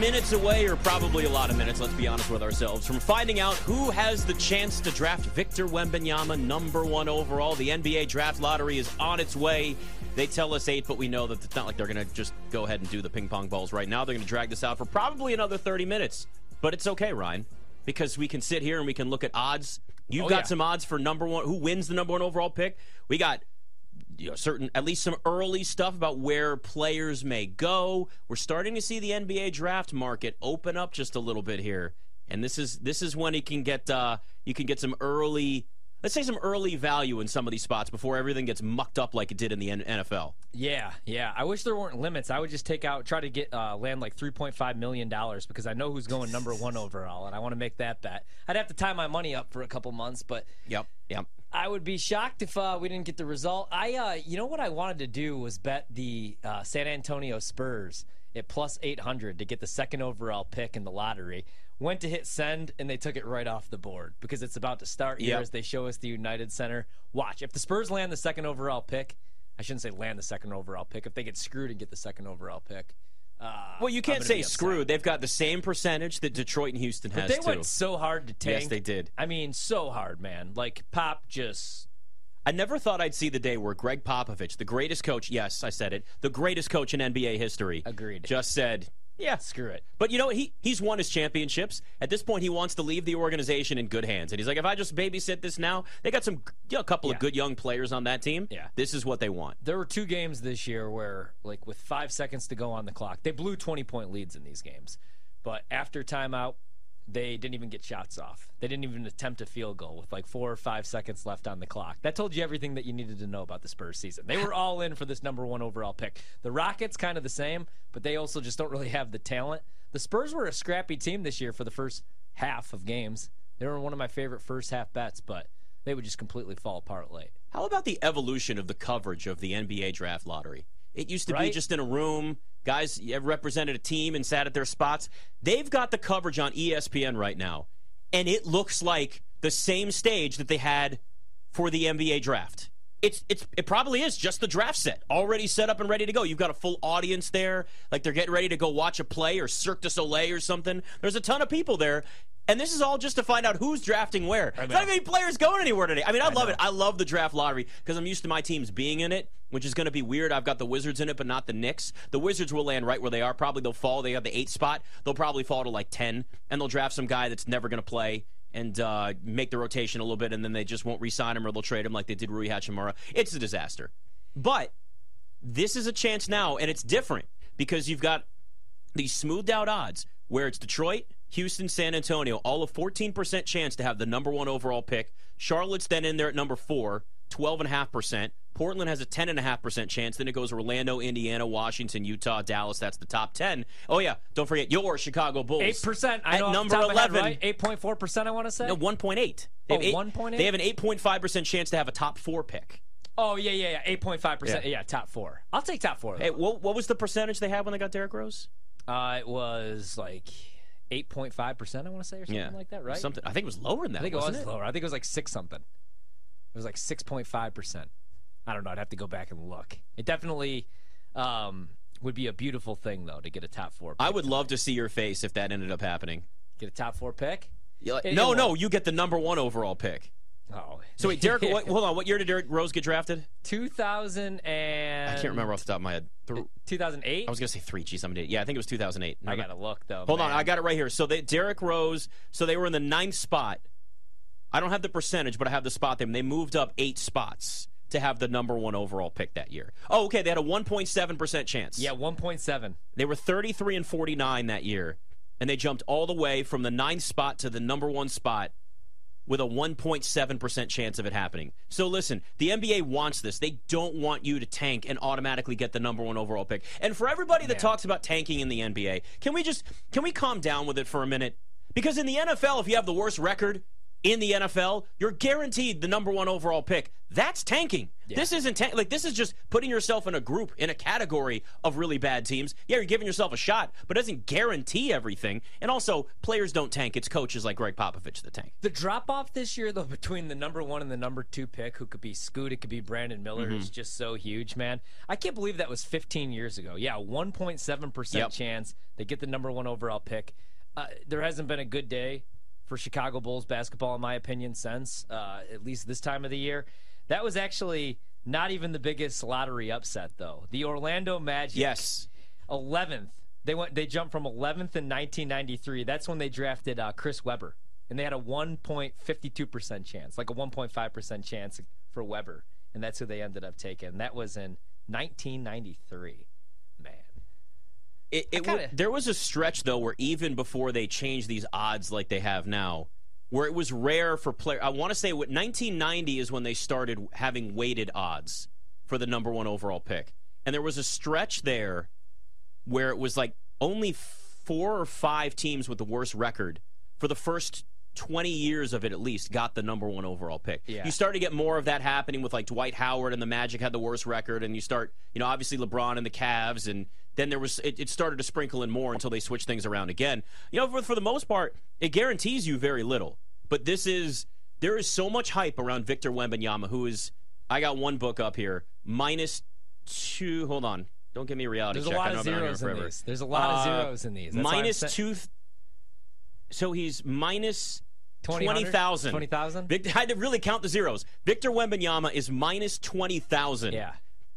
minutes away, or probably a lot of minutes, let's be honest with ourselves, from finding out who has the chance to draft Victor Wembanyama number one overall. The NBA draft lottery is on its way. They tell us eight, but we know that it's not like they're going to just go ahead and do the ping pong balls right now. They're going to drag this out for probably another 30 minutes. But it's okay, Ryan, because we can sit here and we can look at odds. You've Oh, got yeah. some odds for number one, who wins the number one overall pick. We got you know, certain at least some early stuff about where players may go. We're starting to see the NBA draft market open up just a little bit here, and this is this is when you can get uh, you can get some early. Let's say some early value in some of these spots before everything gets mucked up like it did in the N- NFL. Yeah, yeah. I wish there weren't limits. I would just take out, try to get uh, land like three point five million dollars because I know who's going number one overall, and I want to make that bet. I'd have to tie my money up for a couple months, but Yep, yep. I would be shocked if uh, we didn't get the result. I, uh, you know, what I wanted to do was bet the uh, San Antonio Spurs at plus eight hundred to get the second overall pick in the lottery. Went to hit send and they took it right off the board because it's about to start here Yep. as they show us the United Center. Watch if the Spurs land the second overall pick. I shouldn't say land the second overall pick. If they get screwed and get the second overall pick, uh, Well, you I'm can't gonna say be upset. screwed. They've got the same percentage that Detroit and Houston has They too. went so hard to tank. yes, they did. I mean, so hard, man. Like Pop just I never thought I'd see the day where Greg Popovich, the greatest coach, yes, I said it, the greatest coach in NBA history, Agreed. just said, yeah, screw it. But you know what? He, he's won his championships. At this point, he wants to leave the organization in good hands. And he's like, if I just babysit this now, they got some you know, a couple Yeah. of good young players on that team. Yeah. This is what they want. there were two games this year where like with five seconds to go on the clock they blew 20 point leads in these games but after timeout they didn't even get shots off they didn't even attempt a field goal with like four or five seconds left on the clock that told you everything that you needed to know about the spurs season they were all in for this number one overall pick the rockets kind of the same but they also just don't really have the talent the spurs were a scrappy team this year for the first half of games they were one of my favorite first half bets but they would just completely fall apart late How about the evolution of the coverage of the NBA draft lottery? It used to be Right. just in a room. Guys represented a team and sat at their spots. They've got the coverage on E ESPN right now. And it looks like the same stage that they had for the NBA draft. It's it's it probably is just the draft set already set up and ready to go. You've got a full audience there, like they're getting ready to go watch a play or Cirque du Soleil or something. There's a ton of people there, and this is all just to find out who's drafting where. There's not even any players going anywhere today. I mean, I, love it. I love the draft lottery because I'm used to my teams being in it, which is going to be weird. I've got the Wizards in it, but not the Knicks. The Wizards will land right where they are. Probably they'll fall. They have the eight spot. They'll probably fall to like ten, and they'll draft some guy that's never going to play and uh, make the rotation a little bit, and then they just won't re-sign him or they'll trade him like they did Rui Hachimura. It's a disaster. But this is a chance now, and it's different because you've got these smoothed out odds where it's Detroit, Houston, San Antonio, all a 14% chance to have the number one overall pick. Charlotte's then in there at number four, 12.5%. Portland has a 10.5% chance. Then it goes Orlando, Indiana, Washington, Utah, Dallas. That's the top 10. Oh, yeah, don't forget your Chicago Bulls. Eight percent. I At know number 11. Eight point four percent. I want to say. No, one point eight. They Oh, have eight- 1.8? They have an eight point five percent chance to have a top four pick. Oh yeah, yeah, yeah. Eight point five percent. Yeah. Yeah, top four. I'll take top four. Hey, what, what was the percentage they had when they got Derrick Rose? Uh, it was like eight point five percent. I want to say or something like that, right? Something. I think it was lower than that. I think it wasn't was lower. I think it was like six something. It was like six point five percent. I don't know. I'd have to go back and look. It definitely um, would be a beautiful thing though to get a top four. Pick. I would love to see your face if that ended up happening. get a top four pick. You're like, It- no, it no, you get the number one overall pick. Oh, So wait, Derrick, what, hold on. What year did Derrick Rose get drafted? two thousand and I can't remember off the top of my head. Th- Two thousand eight. I was gonna say three. Geez, I'm an idiot. Yeah, I think it was 2008. I gotta look though. Hold on, man. I got it right here. So they, Derrick Rose. So they were in the ninth spot. I don't have the percentage, but I have the spot. Them they moved up eight spots to have the number one overall pick that year. Oh, okay. They had a 1.7 percent chance. Yeah, one point seven. they were 33 and 49 that year, and they jumped all the way from the ninth spot to the number one spot with a 1.7% chance of it happening. So listen, the NBA wants this. They don't want you to tank and automatically get the number 1 overall pick. And for everybody that talks about tanking in the NBA, can we just can we calm down with it for a minute? Because in the NFL, if you have the worst record, in the NFL, you're guaranteed the number one overall pick. That's tanking. Yeah. This isn't tank- like this is just putting yourself in a group in a category of really bad teams. Yeah, you're giving yourself a shot, but it doesn't guarantee everything. And also, players don't tank. It's coaches like Greg Popovich that tank. The drop off this year, though, between the number one and the number two pick, who could be Scoot, it could be Brandon Miller, Mm-hmm. is just so huge, man. I can't believe that was 15 years ago. Yeah, 1.7% Yep. chance they get the number one overall pick. Uh, there hasn't been a good day for Chicago Bulls basketball, in my opinion, since uh, at least this time of the year. That was actually not even the biggest lottery upset, though. The Orlando Magic. Yes, 11th. They went. They jumped from 11th in 1993. That's when they drafted uh, Chris Webber, and they had a 1.52 percent chance, like a 1.5 percent chance for Webber, and that's who they ended up taking. That was in 1993. Man, It, it kinda- wa- there was a stretch though where even before they changed these odds like they have now, where it was rare for player. I want to say what 1990 is when they started having weighted odds for the number one overall pick, and there was a stretch there where it was like only four or five teams with the worst record for the first 20 years of it at least got the number one overall pick. Yeah. You started to get more of that happening with like Dwight Howard and the Magic had the worst record, and you start, you know, obviously LeBron and the Cavs, and then there was it, it started to sprinkle in more until they switched things around again. You know, for, for the most part, it guarantees you very little. But this is there is so much hype around Victor Wembanyama, who is I got one book up here minus two. Hold on, don't give me a reality there's check. a I lot know of I've been on here zeros in forever. these. There's a lot of Uh, zeros in these. That's why I'm Minus saying- two. th- so he's minus 20,000. 20,000? 20,000. Victor, I had to really count the zeros. Victor Wembanyama is minus twenty thousand. Yeah,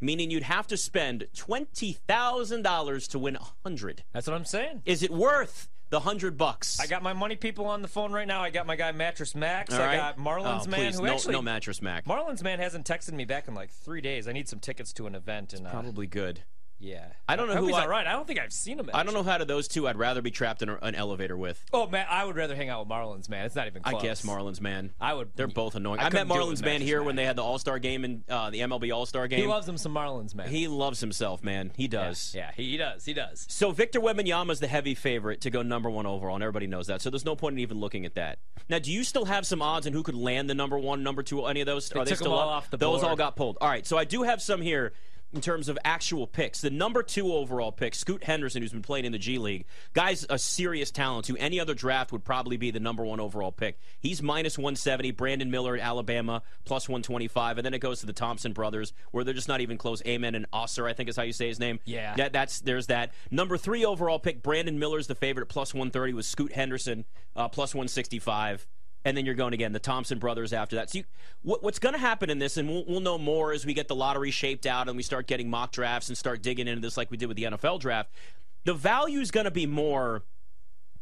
meaning you'd have to spend twenty thousand dollars to win hundred. that's what I'm saying. Is it worth the hundred bucks? I got my money people on the phone right now. I got my guy Mattress Max. All I right? got Marlins Oh, man please, who no, actually no mattress Mac. Marlins man hasn't texted me back in like three days. I need some tickets to an event and uh, Probably good. yeah. I don't know I hope who he's I- all right. I don't think I've seen him. I don't know how to those two. I'd rather be trapped in a, an elevator with. Oh man, I would rather hang out with Marlins man. It's not even. Close. I guess Marlins man. I would. They're both annoying. I I, met couldn't deal Marlins with man mattress here Mac. when they had the All Star game and uh, the MLB All Star game. He loves them some Marlins man. He loves himself, man. He Yeah, does. Yeah, he, he does. He does. So Victor Wembanyama is the heavy favorite to go number one overall, and everybody knows that. So there's no point in even looking at that. Now, do you still have some odds on who could land the number one, number two, any of those? Are they took 'em still all up? off the those board. all got pulled. All right. So I do have some here in terms of actual picks. The number two overall pick, Scoot Henderson, who's been playing in the G League, guy's a serious talent. Who any other draft would probably be the number one overall pick. He's minus 170. Brandon Miller at Alabama plus 125, and then it goes to the Thompson brothers, where they're just not even close. Amen and Osser, I think is how you say his name. Yeah. That- that's there's that number three overall pick. Brandon Miller's the favorite, plus one thirty with Scoot Henderson, uh, plus one sixty five, and then you're going again the Thompson brothers after that. So you, what, what's going to happen in this, and we'll, we'll know more as we get the lottery shaped out and we start getting mock drafts and start digging into this like we did with the NFL draft. The value is going to be more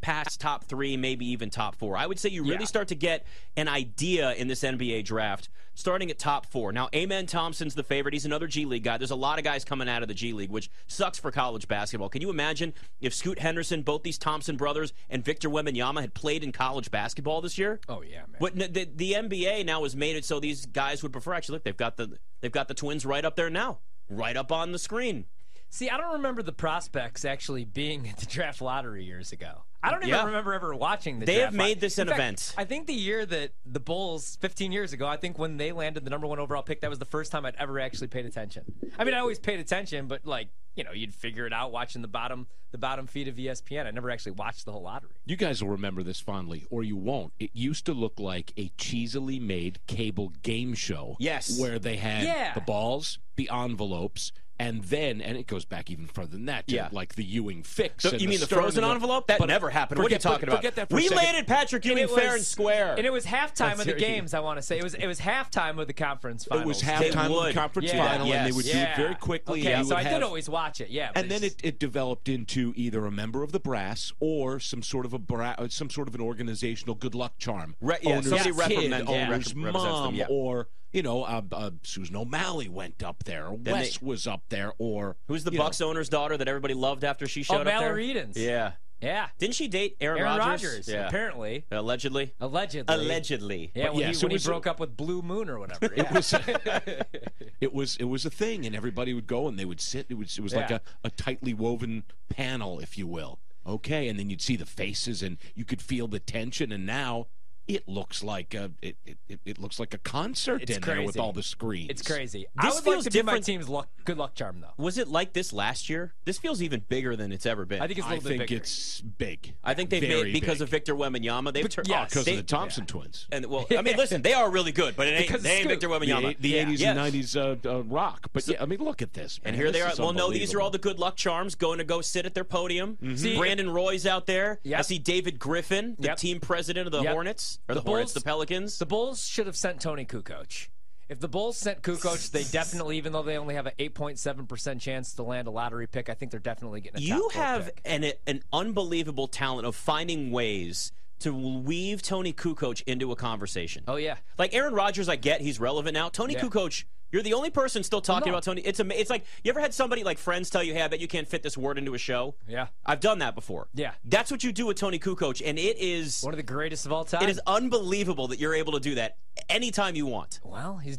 past top three, maybe even top four. I would say you really Yeah. start to get an idea in this NBA draft, starting at top four. Now, Amen Thompson's the favorite. He's another G League guy. There's a lot of guys coming out of the G League, which sucks for college basketball. Can you imagine if Scoot Henderson, both these Thompson brothers, and Victor Wembanyama had played in college basketball this year? Oh yeah, man. But n- the, the NBA now has made it so these guys would prefer. Actually, look, they've got the they've got the twins right up there now, right up on the screen. See, I don't remember the prospects actually being at the draft lottery years ago. I don't even Yeah. remember ever watching the. They draft have made lot- this In an fact, event. I think the year that the Bulls, 15 years ago, I think when they landed the number one overall pick, that was the first time I'd ever actually paid attention. I mean, I always paid attention, but like you know, you'd figure it out watching the bottom the bottom feed of E ESPN. I never actually watched the whole lottery. You guys will remember this fondly, or you won't. It used to look like a cheesily made cable game show. Yes. Where they had Yeah. the balls, the envelopes, and then, and it goes back even further than that, to Yeah. like the Ewing fix. So and you mean the Stern frozen and the- envelope? That But- never happened. what are you forget- but- talking about? Forget that for we a second. landed Patrick Ewing it fair was- and square. And it was halftime of the right. games. I want to say it was it was halftime of the conference finals. It was They halftime of would. the conference Yeah. final, and Yes. they would do Yeah. it very quickly. Okay, and you so would I did have- always watch it. Yeah, but and then it's- it, it developed into either a member of the brass or some sort of a bra- uh, some sort of an organizational good luck charm. Re- yeah, owner's somebody kid, reprimand- yeah, owner's rep- represents them, mom, yeah. or you know, uh, uh, Susan O'Malley went up there, or Then Wes they- was up there, or Who's the you Bucks owner's daughter that everybody loved after she showed oh, up there? Mallory Edens. Yeah. yeah. Didn't she date Aaron, Aaron Rodgers? Rodgers, Yeah. apparently, Allegedly. allegedly, Allegedly. Yeah, But when, yeah, he, so when he was it- broke up with Blue Moon or whatever. It was, it was it was a thing, and everybody would go and they would sit. It was it was like Yeah. a, a tightly woven panel, if you will. Okay, and then you'd see the faces, and you could feel the tension. And now It looks like a it, it, it- it looks like a concert It's in there with crazy. all the screens. It's crazy. I This would feels like to be my different- team's luck, good luck charm, though. Was it like this last year? This feels even bigger than it's ever been. I think it's a I little bit think bigger. it's big. I think they've Very made because big. of Victor Wembanyama. They've oh, turned yeah, 'cause because they, of the Thompson twins. And well, I mean, listen, they are really good, but it ain't, Because they ain't Scoot. Victor The, Wembanyama. eight- the Yeah. 80s Yes. and 90s uh, uh, rock. But yeah, I mean, look at this. And man. here they This are. is Well, no, these are all unbelievable. the good luck charms going to go sit at their podium. See- Brandon Roy's out there. I Mm-hmm. Yep. see David Griffin, the Yep. team president of the Yep. Hornets, or the, The Hornets, the Bulls- Pelicans. The Bulls should have sent Tony Kukoc. If the Bulls sent Kukoc, they definitely, even though they only have an 8.7% chance to land a lottery pick, I think they're definitely getting a top you four have pick. an an unbelievable talent of finding ways to weave Tony Kukoc into a conversation. Oh, yeah. Like Aaron Rodgers, I get he's relevant now. Tony Yeah. Kukoc, you're the only person still talking no. about Tony. It's ama- it's like you ever had somebody like friends tell you, "Hey, I bet you can't fit this word into a show." Yeah. I've done that before. Yeah. that's what you do with Tony Kukoc, and it is One of the greatest of all time. it is unbelievable that you're able to do that anytime you want. Well, he's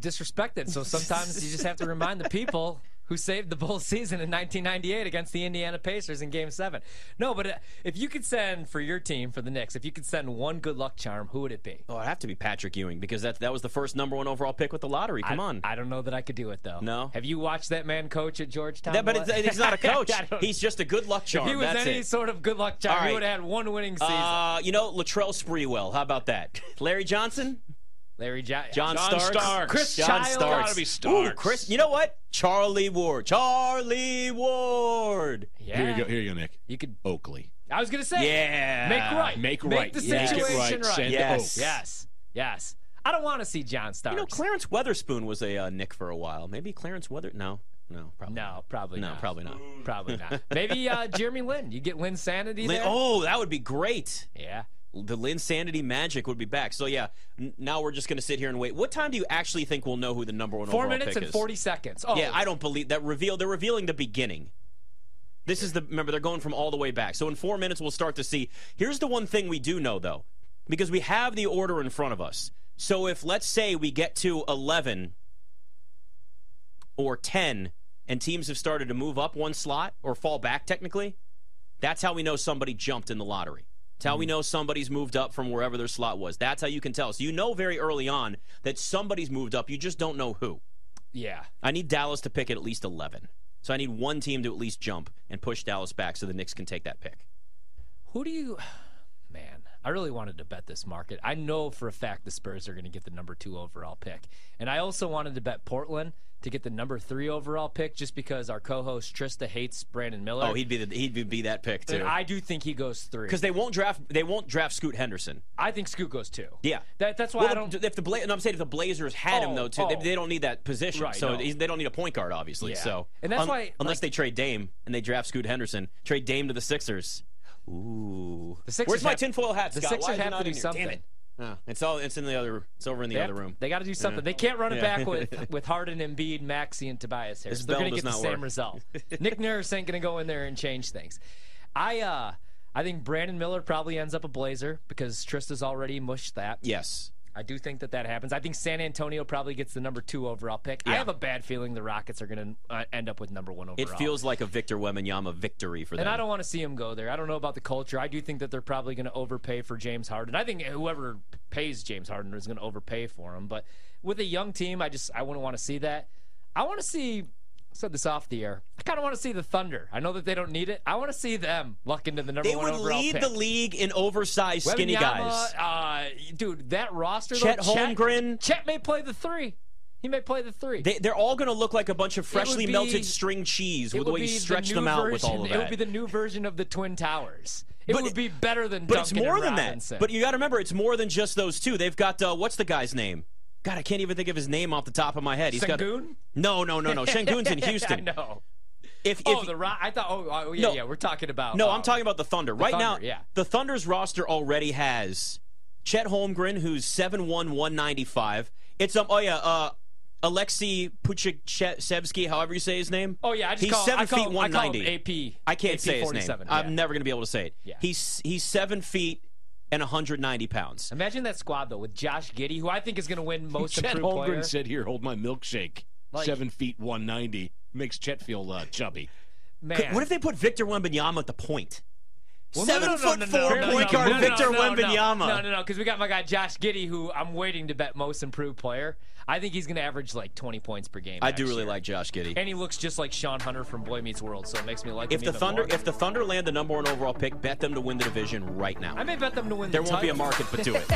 disrespected, so sometimes you just have to remind the people who saved the Bulls season in 1998 against the Indiana Pacers in Game 7. No, but uh, if you could send for your team, for the Knicks, if you could send one good luck charm, who would it be? Oh, it'd have to be Patrick Ewing because that that was the first number one overall pick with the lottery. Come on. I don't know that I could do it, though. No? Have you watched that man coach at Georgetown? That- but it's, he's not a coach. I don't- he's just a good luck charm. if he was That's any it. sort of good luck charm, All right. he would have had one winning season. Uh, you know, Latrell Sprewell. How about that? Larry Johnson, Larry jo- John, Starks, Starks. Chris John Childs. Starks. Gotta be Ooh, Starks. Chris. You know what? Charlie Ward. Charlie Ward. Yeah. Here you go. Here you go, Nick. You could. Oakley. I was gonna say. Yeah. Make right. Make Make right. the Make it situation right. right. Send Yes. Oak. Yes. Yes. I don't want to see John Starks. You know, Clarence Weatherspoon was a uh, Nick for a while. Maybe Clarence Weather. No. No. Probably. no, probably No. not. Probably not. Probably not. Maybe uh, Jeremy Lin. You get Lin sanity Lin- there. oh, that would be great. Yeah. The Lin Sanity magic would be back. So yeah, n- now we're just going to sit here and wait. What time do you actually think we'll know who the number one Four overall minutes pick and is? forty seconds. Oh, Yeah, I don't believe that reveal. They're revealing the beginning. This is the remember they're going from all the way back. So in four minutes we'll start to see. Here's the one thing we do know though, because we have the order in front of us. So if let's say we get to eleven or ten, and teams have started to move up one slot or fall back technically, that's how we know somebody jumped in the lottery. It's how we know somebody's moved up from wherever their slot was. That's how you can tell. So you know very early on that somebody's moved up. You just don't know who. yeah. I need Dallas to pick at at least 11. So I need one team to at least jump and push Dallas back so the Knicks can take that pick. Who do you? Man, I really wanted to bet this market. I know for a fact the Spurs are going to get the number two overall pick, and I also wanted to bet Portland to get the number three overall pick, just because our co-host Trista hates Brandon Miller. Oh, he'd be the, he'd be that pick And too. I do think he goes three. Cuz they won't draft they won't draft Scoot Henderson. I think Scoot goes two. Yeah. That, that's why Well, I don't. if the Bla- no, I'm saying if the Blazers had him Oh, though too, they, oh. they don't need that position. Right, so no. he's- they don't need a point guard obviously. Yeah. So And that's un- why, unless they trade Dame and they draft Scoot Henderson, trade Dame to the Sixers. Ooh. The Sixers Where's my have- tinfoil hat, the Scott? Why Sixers is it have not to do in here? something. Damn it. Uh, it's all it's in the other it's over in the They other have- room. They got to do something. They can't run it Yeah. back with with Harden, Embiid, Maxi, and Tobias Harris. This They're bell going to does get the not same work. result. Nick Nurse ain't going to go in there and change things. I uh, I think Brandon Miller probably ends up a Blazer because Trista's already mushed that. Yes. I do think that that happens. I think San Antonio probably gets the number two overall pick. I Yeah. have a bad feeling the Rockets are going to uh, end up with number one overall. It feels like a Victor Wembanyama victory for them. And I don't want to see him go there. I don't know about the culture. I do think that they're probably going to overpay for James Harden. I think whoever pays James Harden is going to overpay for him. But with a young team, I just I wouldn't want to see that. I want to see. I said this off the air. I kind of want to see the Thunder. I know that they don't need it. I want to see them luck into the number They one would overall lead pick. the league in oversized skinny Wembanyama, guys. uh, dude, that roster. Chet though, Holmgren. Chet may play the three. He may play the three. They, they're all going to look like a bunch of freshly be- melted string cheese It with the would way you be the stretch new them out with version- all of It would that. be the new version of the Twin Towers. It But would it- be better than. but it's Duncan more and than Robinson. that. But you got to remember, it's more than just those two. They've got uh, what's the guy's name? God, I can't even think of his name off the top of my head. He's got Sengun? no, no, no, no. Shangoon's in Houston. no. If, if Oh, the Rock. I thought. Oh, oh, yeah, No. yeah. We're talking about. No, uh, I'm talking about the Thunder. right now, Thunder, yeah. the Thunder's roster already has Chet Holmgren, who's 7'1", 195. It's um, oh yeah, uh, Alexei Puchachevsky, however you say his name. Oh yeah, I just he's call, seven I call, feet one I ninety. call him AP. I can't AP say his name. 47, yeah. I'm never gonna be able to say it. Yeah. He's he's seven feet and 190 pounds. Imagine that squad though with Josh Giddy, who I think is going to win most Chet improved Holmgren player. said, "Here, hold my milkshake." Like- Seven feet one ninety makes Chet feel uh, chubby. Man, What if they put Victor Wembanyama at the point? Well, no, Seven no, no, foot no, no, four no, point no, guard no, Victor no, no, Wembanyama. No, no, no, because we got my guy Josh Giddy, who I'm waiting to bet most improved player. I think he's going to average like 20 points per game. I next do really year. like Josh Giddy. and he looks just like Sean Hunter from Boy Meets World, so it makes me like If him the even Thunder, more. if the Thunder land the number one overall pick, bet them to win the division right now. I may bet them to win. there the won't be a title. market, but do it.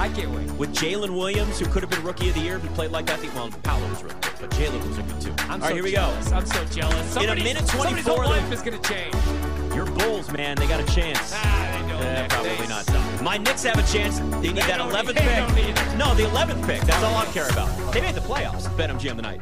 I can't wait. With Jalen Williams, who could have been Rookie of the Year if he played like that. Well, Paolo was really good, but Jalen was a good too. I'm All right, so here we go. jealous. I'm so jealous. In a Somebody's- minute somebody's 24 whole though. life is going to change. Your Bulls, man, they got a chance. Ah, they don't. Eh, They- probably they- not. My Knicks have a chance. They need that don't- 11th they don't pick. need it. No, the 11th pick. That's all I care about. They made the playoffs. Bet MGM tonight.